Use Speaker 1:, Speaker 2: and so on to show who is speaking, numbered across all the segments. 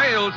Speaker 1: Tales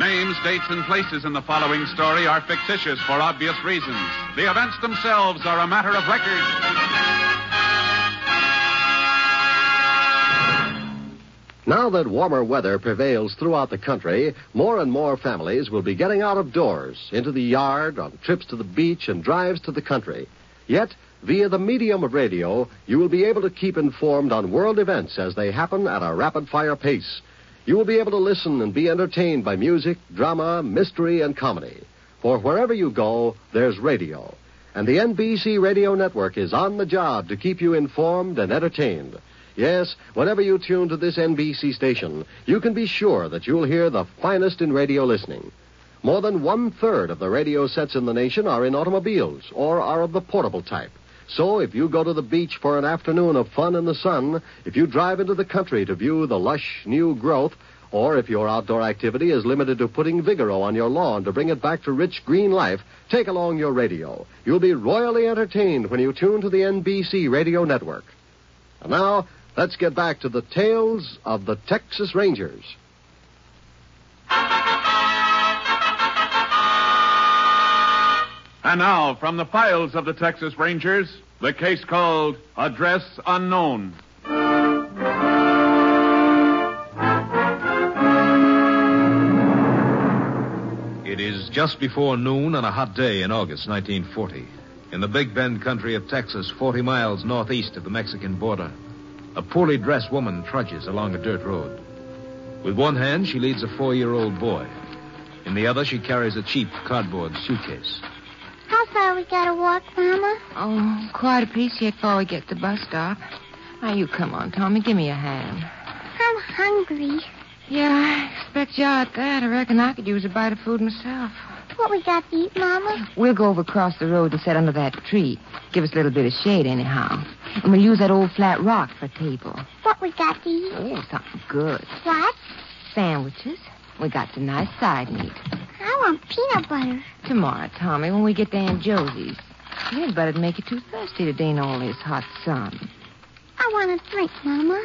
Speaker 1: Names, dates, and places in the following story are fictitious for obvious reasons. The events themselves are a matter of record.
Speaker 2: Now that warmer weather prevails throughout the country, more and more families will be getting out of doors, into the yard, on trips to the beach, and drives to the country. Yet, via the medium of radio, you will be able to keep informed on world events as they happen at a rapid fire pace. You will be able to listen and be entertained by music, drama, mystery, and comedy. For wherever you go, there's radio. And the NBC Radio Network is on the job to keep you informed and entertained. Yes, whenever you tune to this NBC station, you can be sure that you'll hear the finest in radio listening. More than one third of the radio sets in the nation are in automobiles or are of the portable type. So if you go to the beach for an afternoon of fun in the sun, if you drive into the country to view the lush new growth, or if your outdoor activity is limited to putting Vigoro on your lawn to bring it back to rich green life, take along your radio. You'll be royally entertained when you tune to the NBC Radio Network. And now, let's get back to the tales of the Texas Rangers.
Speaker 1: And now, from the files of the Texas Rangers, the case called Address Unknown.
Speaker 3: It is just before noon on a hot day in August 1940, in the Big Bend country of Texas, 40 miles northeast of the Mexican border. A poorly dressed woman trudges along a dirt road. With one hand, she leads a four year old boy. In the other, she carries a cheap cardboard suitcase.
Speaker 4: How far we gotta walk, Mama?
Speaker 5: Oh, quite a piece yet before we get to the bus stop. Now, you come on, Tommy. Give me a hand.
Speaker 4: I'm hungry.
Speaker 5: Yeah, I expect you are at that. I reckon I could use a bite of food myself.
Speaker 4: What we got to eat, Mama?
Speaker 5: We'll go over across the road and set under that tree. Give us a little bit of shade, anyhow. And we'll use that old flat rock for a table.
Speaker 4: What we got to eat?
Speaker 5: Oh, something good.
Speaker 4: What?
Speaker 5: Sandwiches. We got some nice side meat.
Speaker 4: I want peanut butter.
Speaker 5: Tomorrow, Tommy, when we get to Aunt Josie's. Peanut butter'd make you too thirsty today in all this hot sun.
Speaker 4: I want a drink, Mama.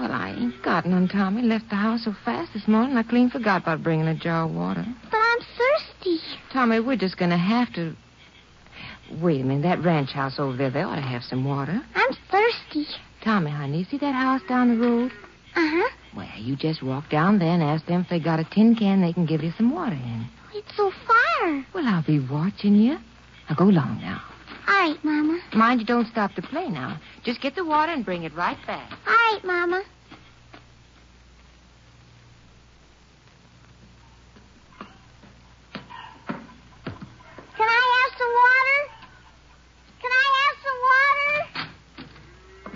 Speaker 5: Well, I ain't got none, Tommy. Left the house so fast this morning I clean forgot about bringing a jar of water.
Speaker 4: But I'm thirsty.
Speaker 5: Tommy, we're just gonna have to. Wait a minute. That ranch house over there, they ought to have some water.
Speaker 4: I'm thirsty.
Speaker 5: Tommy, honey, see that house down the road?
Speaker 4: Uh huh.
Speaker 5: Well, you just walk down there and ask them if they got a tin can they can give you some water in.
Speaker 4: It's so far.
Speaker 5: Well, I'll be watching you. Now go along now.
Speaker 4: All right, Mama.
Speaker 5: Mind you don't stop to play now. Just get the water and bring it right back.
Speaker 4: All right, Mama. Can I have some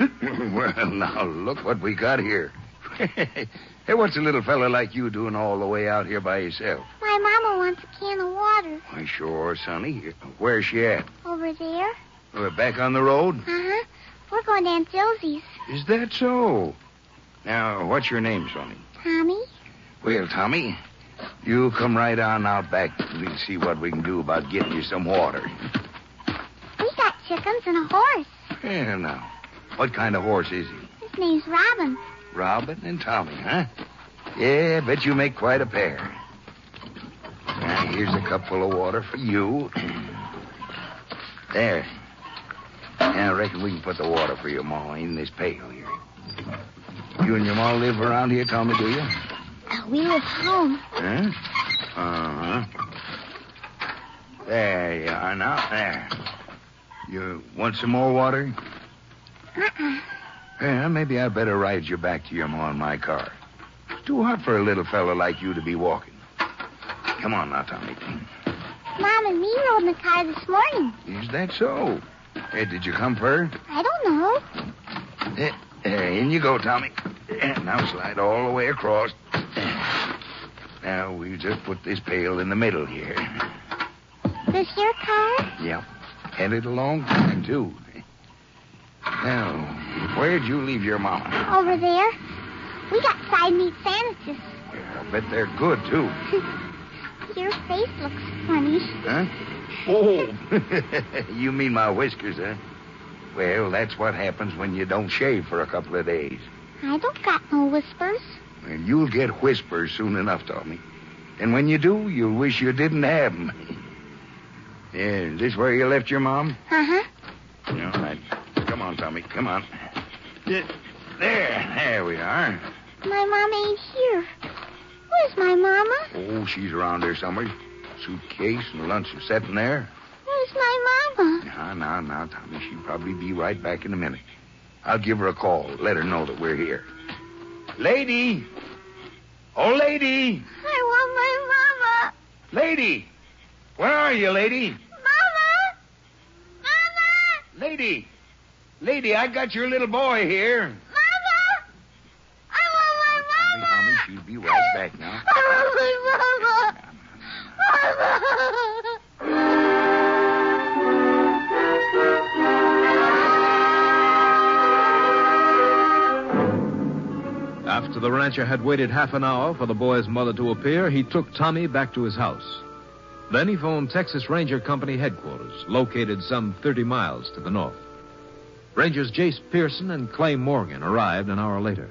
Speaker 4: water? Can I have some water?
Speaker 6: well, now look what we got here. hey, what's a little fella like you doing all the way out here by yourself?
Speaker 4: My Mama wants a can of water.
Speaker 6: Why, sure, Sonny. Where's she at?
Speaker 4: Over there?
Speaker 6: We're back on the road?
Speaker 4: Uh-huh. We're going to Aunt Josie's.
Speaker 6: Is that so? Now, what's your name, Sonny?
Speaker 4: Tommy?
Speaker 6: Well, Tommy, you come right on out back. We'll see what we can do about getting you some water.
Speaker 4: We got chickens and a horse.
Speaker 6: Yeah, now. What kind of horse is he?
Speaker 4: His name's Robin.
Speaker 6: Robin and Tommy, huh? Yeah, bet you make quite a pair. Now, here's a cupful of water for you. There. Now, I reckon we can put the water for your ma in this pail here. You and your ma live around here, Tommy, do you?
Speaker 4: Uh, we live home.
Speaker 6: Huh? Uh-huh. There you are now. There. You want some more water?
Speaker 4: Uh-uh.
Speaker 6: Yeah, maybe I'd better ride you back to your ma in my car. Too hot for a little fella like you to be walking. Come on now, Tommy.
Speaker 4: Mom and me rode in the car this morning.
Speaker 6: Is that so? Hey, did you come fur?
Speaker 4: I don't know.
Speaker 6: Eh, eh, in you go, Tommy. Eh, Now slide all the way across. Now we just put this pail in the middle here.
Speaker 4: This your car?
Speaker 6: Yep. Had it a long time, too. Now, where'd you leave your mama?
Speaker 4: Over there. We got side meat sandwiches.
Speaker 6: I bet they're good, too.
Speaker 4: Your face looks funny.
Speaker 6: Huh? Oh. you mean my whiskers, huh? Well, that's what happens when you don't shave for a couple of days.
Speaker 4: I don't got no whispers.
Speaker 6: Well, you'll get whispers soon enough, Tommy. And when you do, you'll wish you didn't have 'em. Yeah, is this where you left your mom?
Speaker 4: Uh-huh.
Speaker 6: All right. Come on, Tommy. Come on. Yeah, There. There we are.
Speaker 4: My mom ain't here. Where's my mama?
Speaker 6: Oh, she's around here somewhere. Suitcase and lunch are setting there.
Speaker 4: Where's my mama?
Speaker 6: Now, now, now, Tommy. She'll probably be right back in a minute. I'll give her a call. Let her know that we're here. Lady! Oh, lady!
Speaker 4: I want my mama.
Speaker 6: Lady! Where are you, lady?
Speaker 4: Mama! Mama!
Speaker 6: Lady! Lady, I got your little boy here.
Speaker 4: Mama! I want my
Speaker 6: Tommy,
Speaker 4: mama!
Speaker 6: Tommy, she'll be right back now.
Speaker 4: I want my mama! Mama!
Speaker 3: After the rancher had waited half an hour for the boy's mother to appear, he took Tommy back to his house. Then he phoned Texas Ranger Company headquarters, located some 30 miles to the north. Rangers Jace Pearson and Clay Morgan arrived an hour later.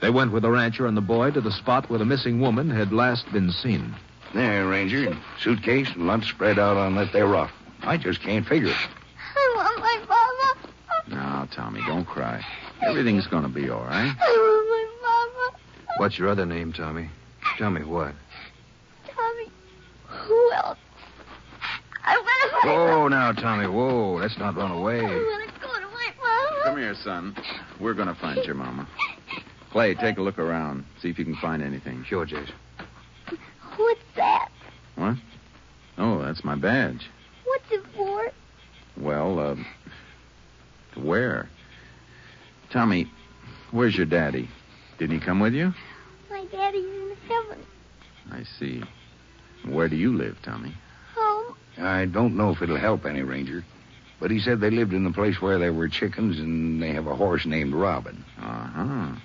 Speaker 3: They went with the rancher and the boy to the spot where the missing woman had last been seen.
Speaker 6: There, Ranger. Suitcase and lunch spread out on that there rock. I just can't figure it.
Speaker 4: I want my mama!
Speaker 7: Now, Tommy, don't cry. Everything's going to be all right.
Speaker 4: I want my mama!
Speaker 7: What's your other name, Tommy? Tell me what?
Speaker 4: Tommy, who else? I want my
Speaker 7: Whoa, now, Tommy. Whoa, let's not run
Speaker 4: I
Speaker 7: away.
Speaker 4: want to go to my mama!
Speaker 7: Come here, son. We're going to find your mama. Clay, take a look around. See if you can find anything. Sure, Jace.
Speaker 4: What's that?
Speaker 7: What? Oh, that's my badge.
Speaker 4: What's it for?
Speaker 7: Well, uh, to wear. Tommy, where's your daddy? Didn't he come with you?
Speaker 4: My daddy's in heaven.
Speaker 7: I see. Where do you live, Tommy?
Speaker 4: Home.
Speaker 6: I don't know if it'll help any, Ranger. But he said they lived in the place where there were chickens and they have a horse named Robin.
Speaker 7: Uh
Speaker 8: Uh-huh.
Speaker 7: huh.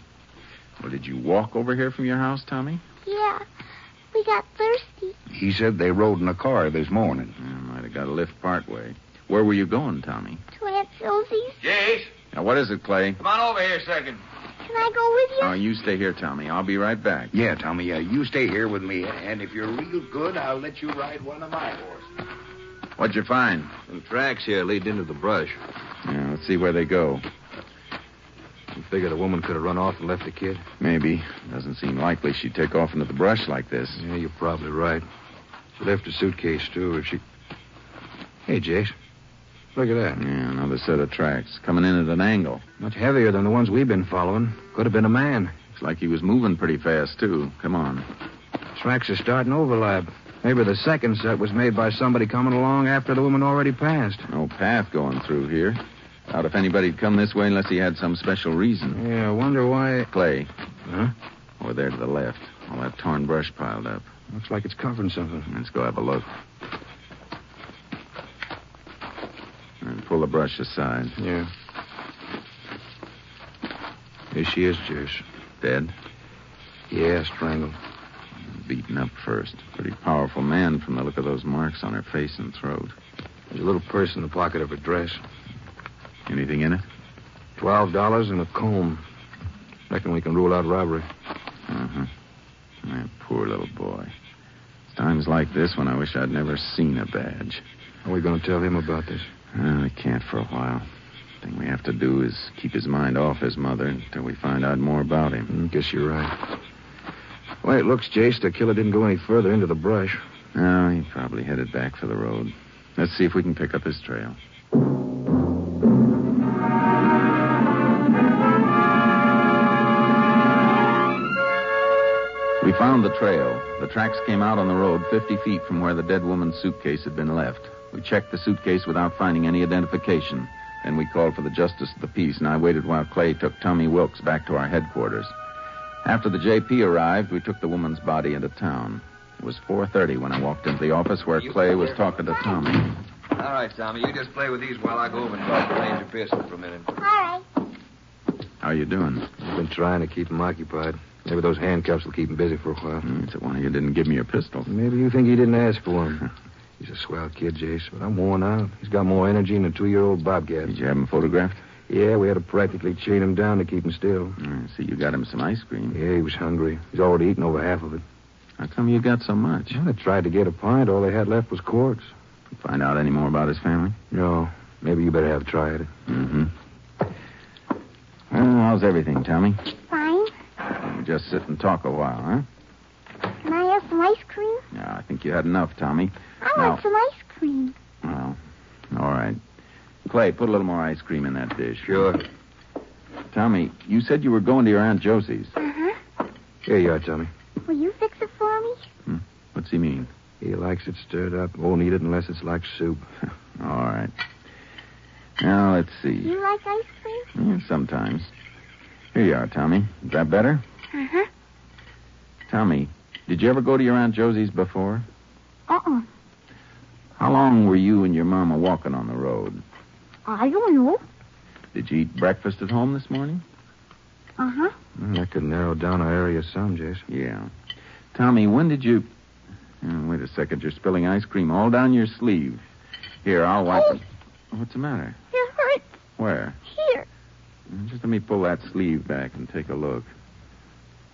Speaker 7: Well, did you walk over here from your house, Tommy?
Speaker 4: Yeah. We got thirsty.
Speaker 6: He said they rode in a car this morning.
Speaker 7: I might have got a lift partway. Where were you going, Tommy?
Speaker 4: To Aunt Josie's.
Speaker 6: Jace,
Speaker 7: Now, what is it, Clay?
Speaker 6: come on over here a second.
Speaker 4: Can I go with you?
Speaker 7: Oh, you stay here, Tommy. I'll be right back.
Speaker 6: Yeah, Tommy, yeah. You stay here with me, and if you're real good, I'll let you ride one of my horses.
Speaker 7: What'd you find?
Speaker 3: Some tracks here lead into the brush.
Speaker 7: Yeah, let's see where they go.
Speaker 3: You figure the woman could have run off and left the kid?
Speaker 7: Maybe. Doesn't seem likely she'd take off into the brush like this.
Speaker 3: Yeah, you're probably right. She left her suitcase, too, if she. Hey, Jace. Look at that.
Speaker 7: Yeah, another set of tracks coming in at an angle.
Speaker 3: Much heavier than the ones we've been following. Could have been a man.
Speaker 7: Looks like he was moving pretty fast, too. Come on.
Speaker 3: Tracks are starting to overlap. Maybe the second set was made by somebody coming along after the woman already passed.
Speaker 7: No path going through here. Doubt if anybody'd come this way unless he had some special reason.
Speaker 3: Yeah, I wonder why.
Speaker 7: Clay.
Speaker 3: Huh?
Speaker 7: Over there to the left. All that torn brush piled up.
Speaker 3: Looks like it's covering something.
Speaker 7: Let's go have a look. pull the brush aside.
Speaker 6: Yeah. Here she is, Jess.
Speaker 7: Dead?
Speaker 6: Yeah, strangled.
Speaker 7: Beaten up first. Pretty powerful man from the look of those marks on her face and throat.
Speaker 6: There's a little purse in the pocket of her dress.
Speaker 7: Anything in it?
Speaker 6: Twelve dollars and a comb. Reckon we can rule out robbery.
Speaker 7: Uh-huh. Yeah, poor little boy. It's times like this when I wish I'd never seen a badge.
Speaker 6: How are we going to tell him about this?
Speaker 7: Well, I can't for a while. Thing we have to do is keep his mind off his mother until we find out more about him.
Speaker 6: Mm, guess you're right. The way it looks, Jace, the killer didn't go any further into the brush.
Speaker 7: No, he probably headed back for the road. Let's see if we can pick up his trail. We found the trail. The tracks came out on the road 50 feet from where the dead woman's suitcase had been left. We checked the suitcase without finding any identification. Then we called for the justice of the peace, and I waited while Clay took Tommy Wilkes back to our headquarters. After the JP arrived, we took the woman's body into town. It was 4:30 when I walked into the office where Clay was talking to Tommy.
Speaker 8: All right, Tommy, you just play with these while I go over and talk to Ranger Pearson for a minute.
Speaker 4: All right.
Speaker 7: How you doing?
Speaker 6: I've been trying to keep him occupied. Maybe those handcuffs will keep him busy for a while.
Speaker 7: Hmm, It's a wonder you didn't give me your pistol.
Speaker 6: Maybe you think he didn't ask for him. He's a swell kid, Jace, but I'm worn out. He's got more energy than a two-year-old bobcat.
Speaker 7: Did you have him photographed?
Speaker 6: Yeah, we had to practically chain him down to keep him still.
Speaker 7: Hmm, I see, you got him some ice cream.
Speaker 6: Yeah, he was hungry. He's already eaten over half of it.
Speaker 7: How come you got so much?
Speaker 6: I tried to get a pint. All they had left was corks.
Speaker 7: Find out any more about his family?
Speaker 6: No, maybe you better have tried it.
Speaker 7: Mm-hmm. Well, how's everything, Tommy?
Speaker 4: Fine.
Speaker 7: We just sit and talk a while, huh?
Speaker 4: Can I have some ice cream?
Speaker 7: Yeah, I think you had enough, Tommy.
Speaker 4: I
Speaker 7: No.
Speaker 4: want some ice cream.
Speaker 7: Well, all right. Clay, put a little more ice cream in that dish.
Speaker 6: Sure.
Speaker 7: Tommy, you said you were going to your Aunt Josie's.
Speaker 4: Uh huh.
Speaker 6: Here you are, Tommy.
Speaker 4: Will you fix it for me?
Speaker 7: What's he mean?
Speaker 6: He likes it stirred up. Won't eat it unless it's like soup.
Speaker 7: All right. Now, let's see.
Speaker 4: You like ice cream?
Speaker 7: Yeah, sometimes. Here you are, Tommy. Is that better?
Speaker 4: Uh huh.
Speaker 7: Tommy, did you ever go to your Aunt Josie's before?
Speaker 4: Uh uh
Speaker 7: How long were you and your mama walking on the road?
Speaker 4: I don't know.
Speaker 7: Did you eat breakfast at home this morning?
Speaker 4: Uh huh.
Speaker 6: Mm, that could narrow down our area some, Jace.
Speaker 7: Yeah. Tommy, when did you. Oh, wait a second. You're spilling ice cream all down your sleeve. Here, I'll wipe it.
Speaker 4: Oh.
Speaker 7: What's the matter?
Speaker 4: It hurts
Speaker 7: Where?
Speaker 4: here.
Speaker 7: Just let me pull that sleeve back and take a look.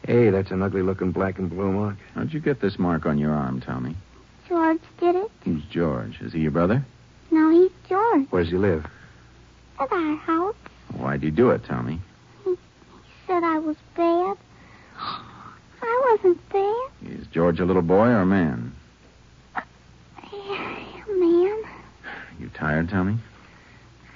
Speaker 6: Hey, that's an ugly looking black and blue mark.
Speaker 7: How'd you get this mark on your arm, Tommy?
Speaker 4: George did it.
Speaker 7: Who's George? Is he your brother?
Speaker 4: Now he's George
Speaker 6: Where does he live?
Speaker 4: at our house.
Speaker 7: Why'd you do it, Tommy?
Speaker 4: He said I was bad. I wasn't bad.
Speaker 7: Is George a little boy or a man?
Speaker 4: Man,
Speaker 7: You tired, Tommy?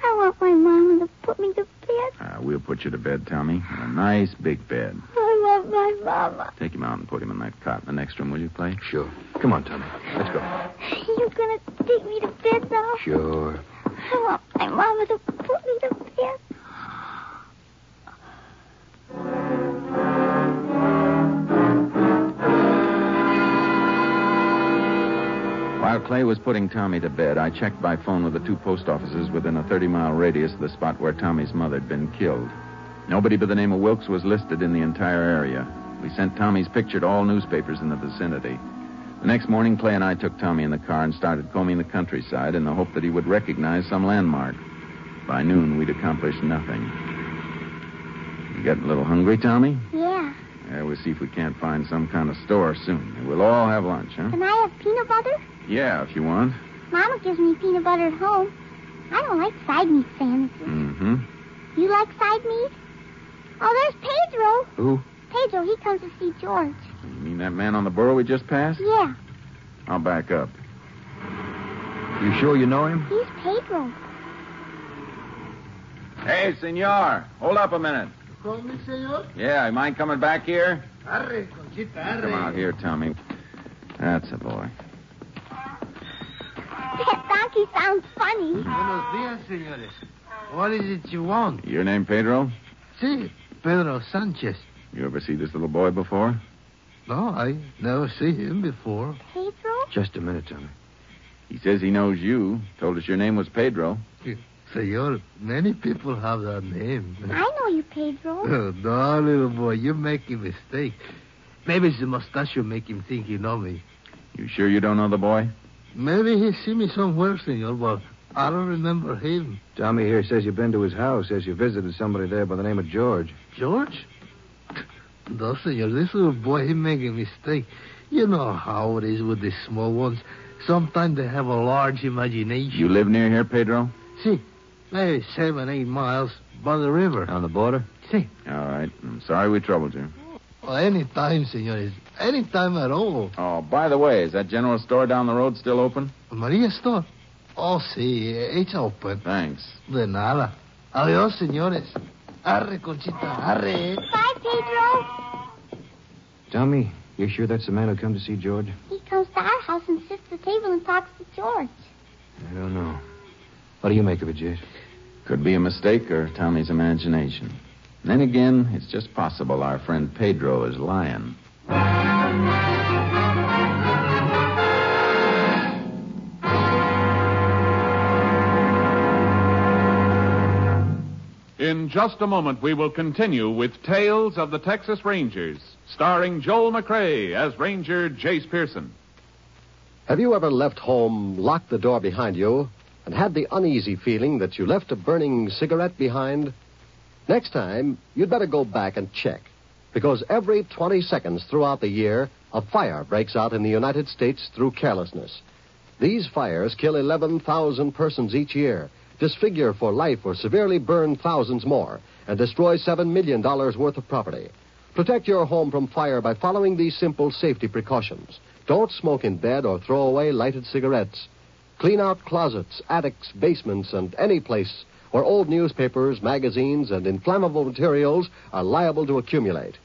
Speaker 4: I want my mama to put me to bed.
Speaker 7: Uh, we'll put you to bed, Tommy. A nice big bed.
Speaker 4: I love my mama.
Speaker 7: Take him out and put him in that cot in the next room, will you, Clay?
Speaker 6: Sure. Come on, Tommy. Let's go.
Speaker 4: You gonna take me to bed now?
Speaker 6: Sure.
Speaker 4: I want my mama to put me to bed.
Speaker 7: While Clay was putting Tommy to bed, I checked by phone with the two post offices within a 30 mile radius of the spot where Tommy's mother had been killed. Nobody by the name of Wilkes was listed in the entire area. We sent Tommy's picture to all newspapers in the vicinity. The next morning, Clay and I took Tommy in the car and started combing the countryside in the hope that he would recognize some landmark. By noon, we'd accomplished nothing. You getting a little hungry, Tommy?
Speaker 4: Yeah.
Speaker 7: Yeah, we'll see if we can't find some kind of store soon. and We'll all have lunch, huh?
Speaker 4: Can I have peanut butter?
Speaker 7: Yeah, if you want.
Speaker 4: Mama gives me peanut butter at home. I don't like side meat sandwiches.
Speaker 7: Mm-hmm.
Speaker 4: You like side meat? Oh, there's Pedro.
Speaker 6: Who?
Speaker 4: Pedro, he comes to see George.
Speaker 7: You mean that man on the burro we just passed?
Speaker 4: Yeah,
Speaker 7: I'll back up.
Speaker 6: You sure you know him?
Speaker 4: he's Pedro.
Speaker 7: Hey, senor. Hold up a minute. Yeah, you mind coming back here? Come out here, Tommy. That's a boy.
Speaker 4: That donkey sounds funny.
Speaker 9: Buenos días, señores. What is it you want?
Speaker 7: Your name, Pedro?
Speaker 9: Sí, Pedro Sanchez.
Speaker 7: You ever see this little boy before?
Speaker 9: No, I never see him before.
Speaker 4: Pedro?
Speaker 6: Just a minute, Tommy.
Speaker 7: He says he knows you. Told us your name was Pedro.
Speaker 9: Senor, many people have that name.
Speaker 4: I know you, Pedro.
Speaker 9: Oh, no, little boy, you're making a mistake. Maybe it's the mustache will make him think you know me.
Speaker 7: You sure you don't know the boy?
Speaker 9: Maybe he see me somewhere, senor, but I don't remember him.
Speaker 10: Tommy here says you've been to his house, says you visited somebody there by the name of George.
Speaker 9: George? No, senor, this little boy, he make a mistake. You know how it is with the small ones. Sometimes they have a large imagination.
Speaker 7: You live near here, Pedro?
Speaker 9: See, maybe seven, eight miles by the river.
Speaker 7: On the border?
Speaker 9: See,
Speaker 7: All right. I'm sorry we troubled you.
Speaker 9: well, any time, senor, any time at all.
Speaker 7: Oh, by the way, is that general store down the road still open?
Speaker 9: Maria store. Oh, see, it's open.
Speaker 7: Thanks.
Speaker 9: De nada. Adios, senores. Arre, Conchita, arre.
Speaker 4: Bye, Pedro.
Speaker 10: Tommy, you sure that's the man who come to see George?
Speaker 4: He comes to our house and sits at the table and talks to George.
Speaker 10: I don't know. What do you make of it, Jase?
Speaker 7: Could be a mistake or Tommy's imagination. Then again, it's just possible our friend Pedro is lying.
Speaker 1: In just a moment, we will continue with Tales of the Texas Rangers, starring Joel McRae as Ranger Jace Pearson.
Speaker 2: Have you ever left home, locked the door behind you, and had the uneasy feeling that you left a burning cigarette behind? Next time, you'd better go back and check, because every 20 seconds throughout the year, a fire breaks out in the United States through carelessness. These fires kill 11,000 persons each year, disfigure for life or severely burn thousands more, and destroy $7 million worth of property. Protect your home from fire by following these simple safety precautions. Don't smoke in bed or throw away lighted cigarettes. Clean out closets, attics, basements, and any place where old newspapers, magazines, and inflammable materials are liable to accumulate.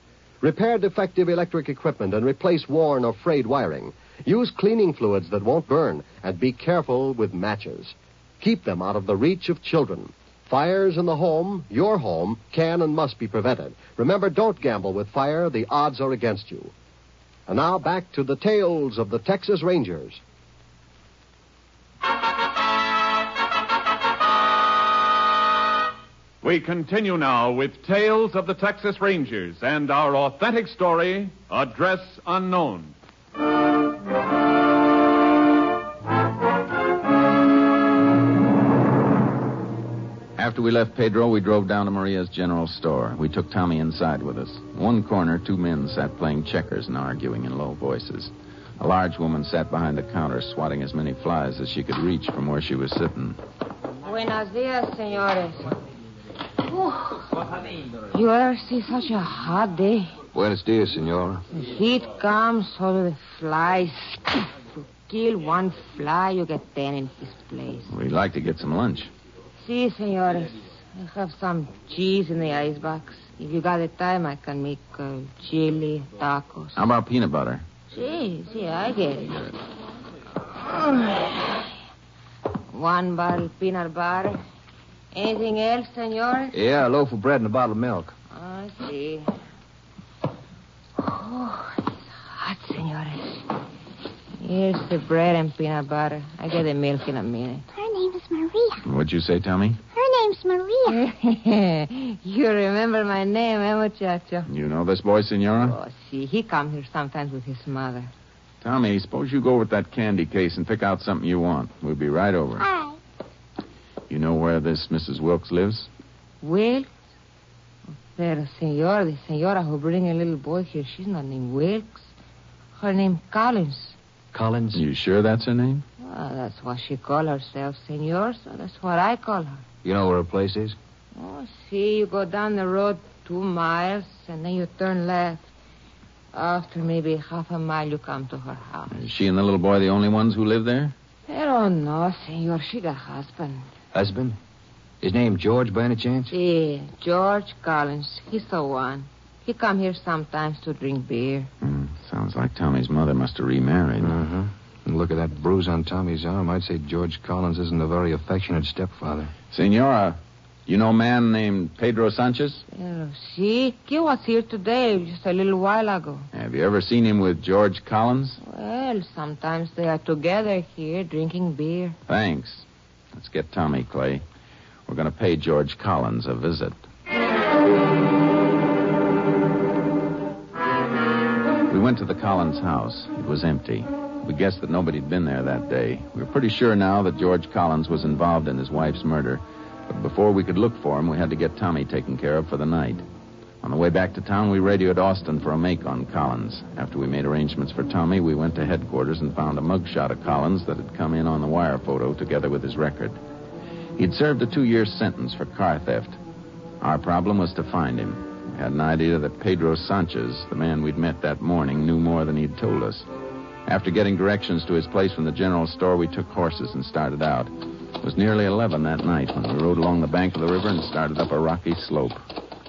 Speaker 2: Repair defective electric equipment and replace worn or frayed wiring. Use cleaning fluids that won't burn, and be careful with matches. Keep them out of the reach of children. Fires in the home, your home, can and must be prevented. Remember, don't gamble with fire. The odds are against you. And now back to the tales of the Texas Rangers.
Speaker 1: We continue now with Tales of the Texas Rangers and our authentic story, Address Unknown.
Speaker 7: After we left Pedro, we drove down to Maria's general store. We took Tommy inside with us. In one corner, two men sat playing checkers and arguing in low voices. A large woman sat behind the counter, swatting as many flies as she could reach from where she was sitting.
Speaker 5: Buenos dias, senores. You ever see such a hot day?
Speaker 10: Buenos dias, senor.
Speaker 5: The heat comes, so do the flies. You kill one fly, you get ten in his place.
Speaker 7: We'd like to get some lunch.
Speaker 5: See, senores, I have some cheese in the icebox. If you got the time, I can make uh, chili, tacos.
Speaker 7: How about peanut butter?
Speaker 5: See, see, I get it. One bottle peanut butter. Anything else, senores?
Speaker 10: Yeah, a loaf of bread and a bottle of milk.
Speaker 5: I see. Oh, it's hot, senores. Here's the bread and peanut butter. I get the milk in a minute.
Speaker 4: Her name is Maria.
Speaker 7: What'd you say, Tommy?
Speaker 4: Her name's Maria.
Speaker 5: you remember my name, eh, muchacho?
Speaker 7: You know this boy, Senora?
Speaker 5: Oh, see, he comes here sometimes with his mother.
Speaker 7: Tommy, suppose you go with that candy case and pick out something you want. We'll be right over.
Speaker 4: Hi.
Speaker 7: You know where this Mrs. Wilkes lives?
Speaker 5: Will? Pero, senor, the senora who bring a little boy here, she's not named Wilkes. Her name Collins.
Speaker 10: Collins?
Speaker 7: You sure that's her name?
Speaker 5: Well, that's what she call herself, senor, so that's what I call her.
Speaker 10: You know where her place is?
Speaker 5: Oh, see, you go down the road two miles, and then you turn left. After maybe half a mile, you come to her house.
Speaker 7: Is she and the little boy the only ones who live there?
Speaker 5: Pero no, senor, she got husband.
Speaker 10: Husband? His name George, by any chance?
Speaker 5: See, George Collins, he's the one. He come here sometimes to drink beer.
Speaker 7: Sounds like Tommy's mother must have remarried.
Speaker 10: Uh-huh. And look at that bruise on Tommy's arm. I'd say George Collins isn't a very affectionate stepfather.
Speaker 7: Senora, you know a man named Pedro Sanchez?
Speaker 5: Pero see, he was here today, just a little while ago.
Speaker 7: Have you ever seen him with George Collins?
Speaker 5: Well, sometimes they are together here drinking beer.
Speaker 7: Thanks. Let's get Tommy, Clay. We're going to pay George Collins a visit. We went to the Collins house. It was empty. We guessed that nobody'd been there that day. We were pretty sure now that George Collins was involved in his wife's murder. But before we could look for him, we had to get Tommy taken care of for the night. On the way back to town, we radioed Austin for a make on Collins. After we made arrangements for Tommy, we went to headquarters and found a mugshot of Collins that had come in on the wire photo together with his record. He'd served a two year sentence for car theft. Our problem was to find him. We had an idea that Pedro Sanchez, the man we'd met that morning, knew more than he'd told us. After getting directions to his place from the general store, we took horses and started out. It was nearly 11 that night when we rode along the bank of the river and started up a rocky slope.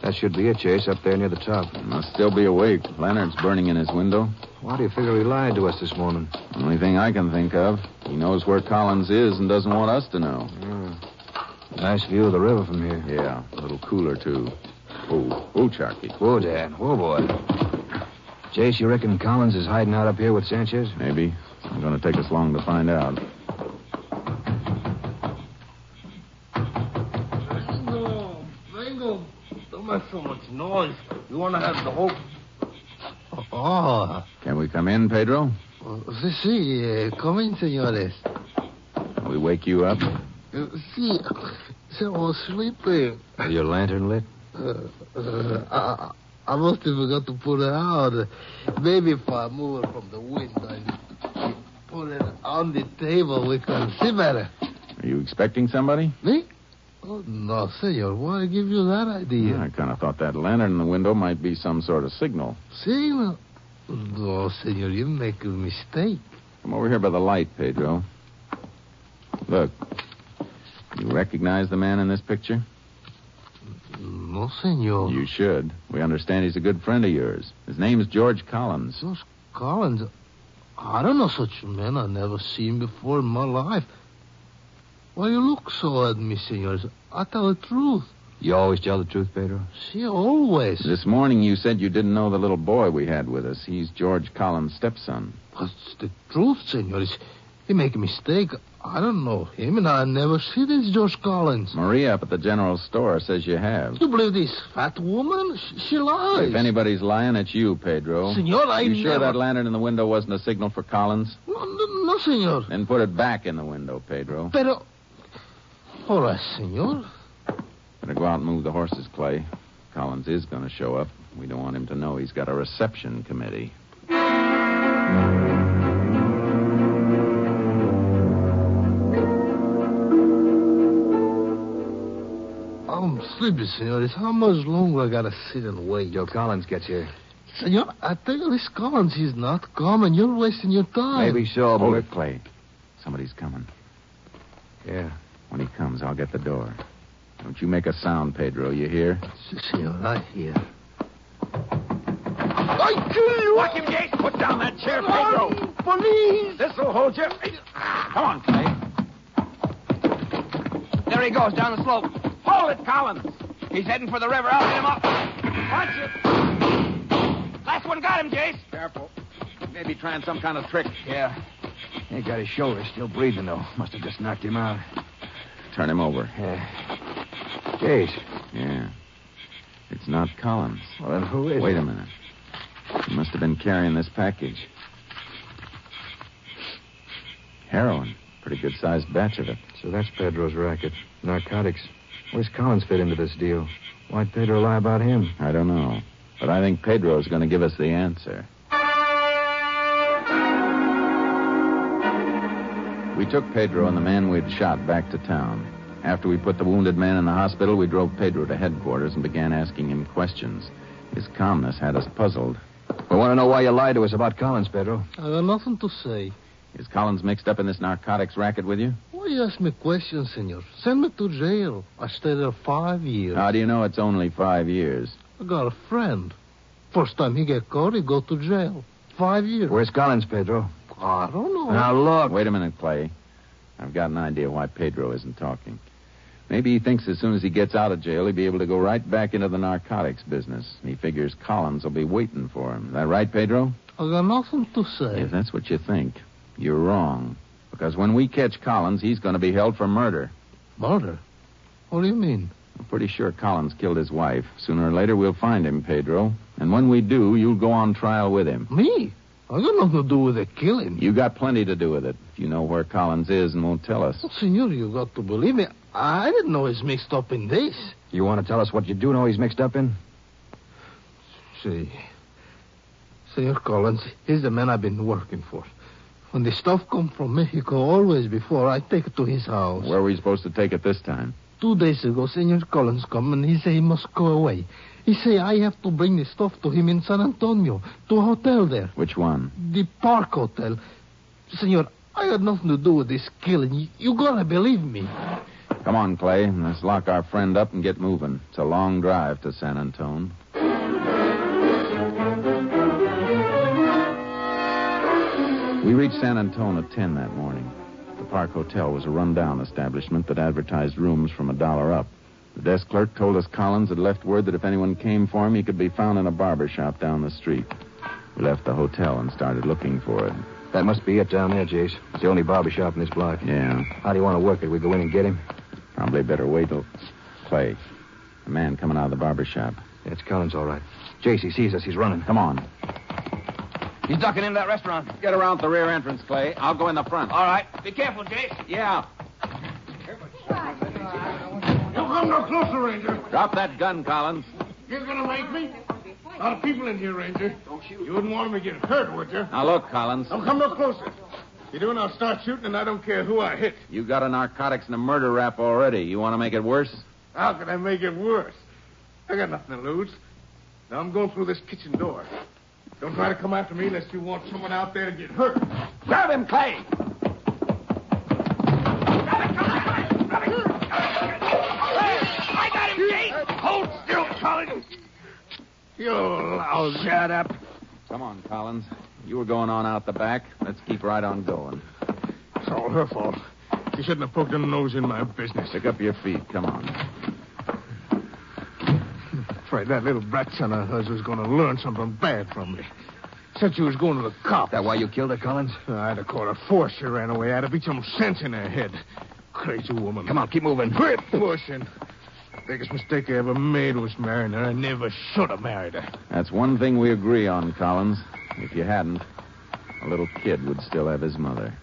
Speaker 10: That should be it, Chase, up there near the top.
Speaker 7: Must still be awake. Lantern's burning in his window.
Speaker 10: Why do you figure he lied to us this morning?
Speaker 7: Only thing I can think of. He knows where Collins is and doesn't want us to know.
Speaker 10: Hmm. Nice view of the river from here.
Speaker 7: Yeah, a little cooler, too. Oh, oh, Sharky.
Speaker 10: Whoa, Dad. Whoa, boy. Chase, you reckon Collins is hiding out up here with Sanchez?
Speaker 7: Maybe. It's not going to take us long to find out.
Speaker 9: Bingo, bingo. Don't make so much noise. You want to have the whole. Oh.
Speaker 7: Can we come in, Pedro?
Speaker 9: Sí, sí. eh, Come in, senores.
Speaker 7: Will we wake you up?
Speaker 9: Uh, Sí, se eh, was sleeping.
Speaker 10: Is your lantern lit?
Speaker 9: Uh, uh, I, I must have forgot to put it out. Maybe if I move it from the window and put it on the table, we can see better.
Speaker 7: Are you expecting somebody?
Speaker 9: Me? Oh, no, senor. Why give you that idea?
Speaker 7: Yeah, I kind of thought that lantern in the window might be some sort of signal.
Speaker 9: Signal? No, senor, you make a mistake.
Speaker 7: Come over here by the light, Pedro. Look. You recognize the man in this picture?
Speaker 9: No, senor.
Speaker 7: You should. We understand he's a good friend of yours. His name's George Collins.
Speaker 9: George Collins, I don't know such a man i never seen before in my life. Why you look so at me, senors? I tell the truth.
Speaker 10: You always tell the truth, Pedro?
Speaker 9: See, always.
Speaker 7: This morning you said you didn't know the little boy we had with us. He's George Collins' stepson.
Speaker 9: That's the truth, senores. He make a mistake. I don't know him, and I never see this George Collins.
Speaker 7: Maria up at the general store says you have.
Speaker 9: You believe this fat woman? She, she lies.
Speaker 7: If anybody's lying, it's you, Pedro.
Speaker 9: Senor, I
Speaker 7: You sure
Speaker 9: never-
Speaker 7: that lantern in the window wasn't a signal for Collins?
Speaker 9: No, no, no, senor.
Speaker 7: Then put it back in the window, Pedro.
Speaker 9: Pero... Hola, senor.
Speaker 7: Better go out and move the horses, Clay. Collins is going to show up. We don't want him to know he's got a reception committee.
Speaker 9: I'm sleepy, senores. How much longer I gotta sit and wait?
Speaker 10: Joe Collins gets here.
Speaker 9: Senor, I tell you, this Collins is not coming. You're wasting your time.
Speaker 10: Maybe so,
Speaker 7: Hold
Speaker 10: but...
Speaker 7: it, Clay. Somebody's coming.
Speaker 10: Yeah.
Speaker 7: When he comes, I'll get the door. Don't you make a sound, Pedro. You hear?
Speaker 9: Senor, I hear.
Speaker 6: I kill you! Whack him, Jake! Put down that chair, Pedro!
Speaker 9: Police!
Speaker 6: This'll hold you. Come on, Clay. There he goes, down the slope. Hold it, Collins. He's heading for the river. I'll hit him up. Watch it. Last one got him, Jace.
Speaker 8: Careful. Maybe trying some kind of trick.
Speaker 6: Yeah. He got his shoulder still breathing, though. Must have just knocked him out.
Speaker 7: Turn him over.
Speaker 6: Yeah. Jace.
Speaker 7: Yeah. It's not Collins.
Speaker 6: Well, then who is
Speaker 7: Wait
Speaker 6: it?
Speaker 7: a minute. He must have been carrying this package. Heroin. Pretty good sized batch of it.
Speaker 10: So that's Pedro's racket. Narcotics. Where's Collins fit into this deal? Why'd Pedro lie about him?
Speaker 7: I don't know. But I think Pedro's going to give us the answer. We took Pedro and the man we'd shot back to town. After we put the wounded man in the hospital, we drove Pedro to headquarters and began asking him questions. His calmness had us puzzled.
Speaker 10: We want to know why you lied to us about Collins, Pedro.
Speaker 9: I got Uh, nothing to say.
Speaker 7: Is Collins mixed up in this narcotics racket with you?
Speaker 9: Why you ask me questions, senor? Send me to jail. I stay there five years.
Speaker 7: How do you know it's only five years?
Speaker 9: I got a friend. First time he get caught, he go to jail. Five years.
Speaker 10: Where's Collins, Pedro?
Speaker 9: I don't know.
Speaker 10: Now look.
Speaker 7: Wait a minute, Clay. I've got an idea why Pedro isn't talking. Maybe he thinks as soon as he gets out of jail, he'll be able to go right back into the narcotics business. And he figures Collins will be waiting for him. Is that right, Pedro?
Speaker 9: I got nothing to say.
Speaker 7: If that's what you think, you're wrong. Because when we catch Collins, he's going to be held for murder.
Speaker 9: Murder? What do you mean?
Speaker 7: I'm pretty sure Collins killed his wife. Sooner or later, we'll find him, Pedro. And when we do, you'll go on trial with him.
Speaker 9: Me? I got nothing to do with the killing.
Speaker 7: You got plenty to do with it. If you know where Collins is and won't tell us.
Speaker 9: Senor, you got to believe me. I didn't know he's mixed up in this.
Speaker 10: You want to tell us what you do know he's mixed up in?
Speaker 9: See, Senor Collins, he's the man I've been working for. When the stuff come from Mexico, always before I take it to his house.
Speaker 7: Where were you supposed to take it this time?
Speaker 9: Two days ago, Senor Collins come and he say he must go away. He say I have to bring the stuff to him in San Antonio, to a hotel there,
Speaker 7: Which one?
Speaker 9: the Park Hotel. Senor, I got nothing to do with this killing. You, you gotta believe me.
Speaker 7: Come on, Clay. Let's lock our friend up and get moving. It's a long drive to San Antone. We reached San Antone at 10 that morning. The Park Hotel was a rundown establishment that advertised rooms from a dollar up. The desk clerk told us Collins had left word that if anyone came for him, he could be found in a barber shop down the street. We left the hotel and started looking for it.
Speaker 10: That must be it down there, Jace. It's the only barber shop in this block.
Speaker 7: Yeah.
Speaker 10: How do you want to work it? We go in and get him?
Speaker 7: Probably better wait till Clay. A man coming out of the barber shop.
Speaker 10: It's Collins, all right. Jace, he sees us. He's running.
Speaker 7: Come on.
Speaker 8: He's ducking into that restaurant.
Speaker 11: Get around the rear entrance, Clay. I'll go in the front.
Speaker 8: All right. Be careful, Jace.
Speaker 11: Yeah.
Speaker 12: You come no closer, Ranger.
Speaker 11: Drop that gun, Collins.
Speaker 12: You're gonna make me? A lot of people in here, Ranger. Don't shoot. You wouldn't want me getting hurt, would you?
Speaker 11: Now look, Collins.
Speaker 12: Don't come no closer. You do, and I'll start shooting, and I don't care who I hit.
Speaker 11: You got a narcotics and a murder rap already. You want to make it worse?
Speaker 12: How could I make it worse? I got nothing to lose. Now I'm going through this kitchen door. Don't try to come after me unless you want someone out there to get hurt.
Speaker 11: Grab him, Clay.
Speaker 12: I got him, Jake. Hold still, Collins.
Speaker 11: You lousy.
Speaker 12: Shut up.
Speaker 7: Come on, Collins. You were going on out the back. Let's keep right on going.
Speaker 12: It's all her fault. She shouldn't have poked her nose in my business.
Speaker 7: Pick up your feet. Come on.
Speaker 12: Afraid that little brat son of hers was going to learn something bad from me. Said she was going to the cops.
Speaker 10: That why you killed her, Collins?
Speaker 12: I'd have caught her before she ran away. I'd have beat some sense in her head. Crazy woman.
Speaker 10: Come on, keep moving.
Speaker 12: Quit pushing. Biggest mistake I ever made was marrying her. I never should have married her.
Speaker 7: That's one thing we agree on, Collins. If you hadn't, a little kid would still have his mother.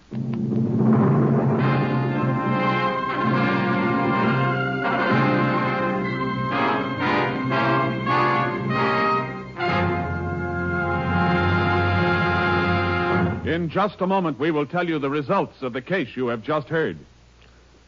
Speaker 1: In just a moment, we will tell you the results of the case you have just heard.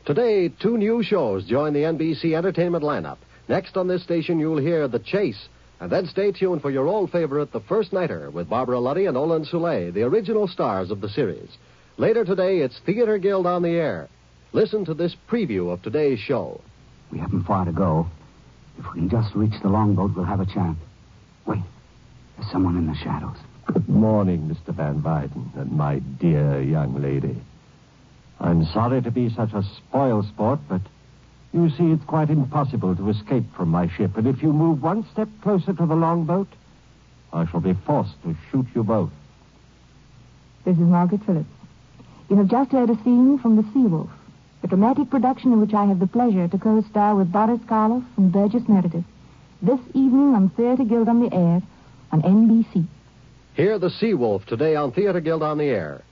Speaker 2: Today, two new shows join the NBC Entertainment lineup. Next on this station, you'll hear The Chase. And then stay tuned for your old favorite, The First Nighter, with Barbara Luddy and Olin Soule, the original stars of the series. Later today, it's Theater Guild on the Air. Listen to this preview of today's show.
Speaker 13: We haven't far to go. If we can just reach the longboat, we'll have a chance. Wait, there's someone in the shadows.
Speaker 14: Good morning, Mr. Van Wyden, and my dear young lady. I'm sorry to be such a spoil sport, but you see, it's quite impossible to escape from my ship, and if you move one step closer to the longboat, I shall be forced to shoot you both.
Speaker 15: This is Margaret Phillips. You have just heard a scene from The Sea Wolf, a dramatic production in which I have the pleasure to co-star with Boris Karloff and Burgess Meredith. This evening on Theatre Guild on the Air on NBC.
Speaker 2: Hear The Sea Wolf today on Theater Guild on the Air.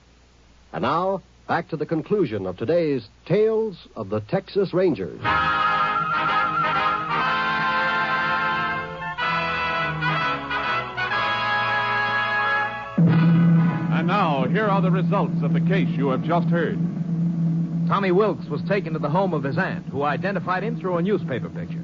Speaker 2: And now, back to the conclusion of today's Tales of the Texas Rangers.
Speaker 1: And now, here are the results of the case you have just heard.
Speaker 11: Tommy Wilkes was taken to the home of his aunt, who identified him through a newspaper picture.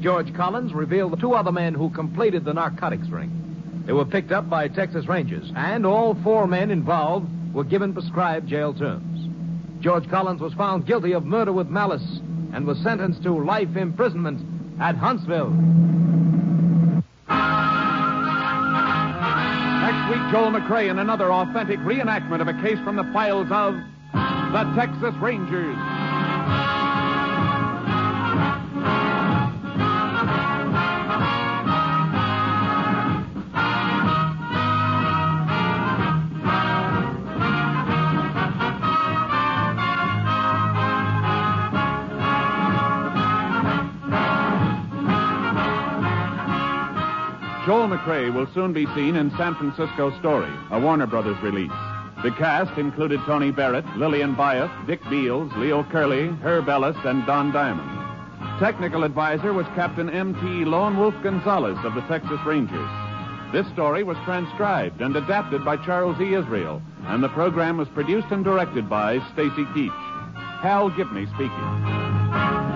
Speaker 11: George Collins revealed the two other men who completed the narcotics ring. They were picked up by Texas Rangers, and all four men involved were given prescribed jail terms. George Collins was found guilty of murder with malice and was sentenced to life imprisonment at Huntsville.
Speaker 1: Next week, Joel McRae in another authentic reenactment of a case from the files of the Texas Rangers. Joel McRae will soon be seen in San Francisco Story, a Warner Brothers release. The cast included Tony Barrett, Lillian Bias, Dick Beals, Leo Curley, Herb Ellis, and Don Diamond. Technical advisor was Captain M.T. Lone Wolf Gonzalez of the Texas Rangers. This story was transcribed and adapted by Charles E. Israel, and the program was produced and directed by Stacy Keach. Hal Gibney speaking.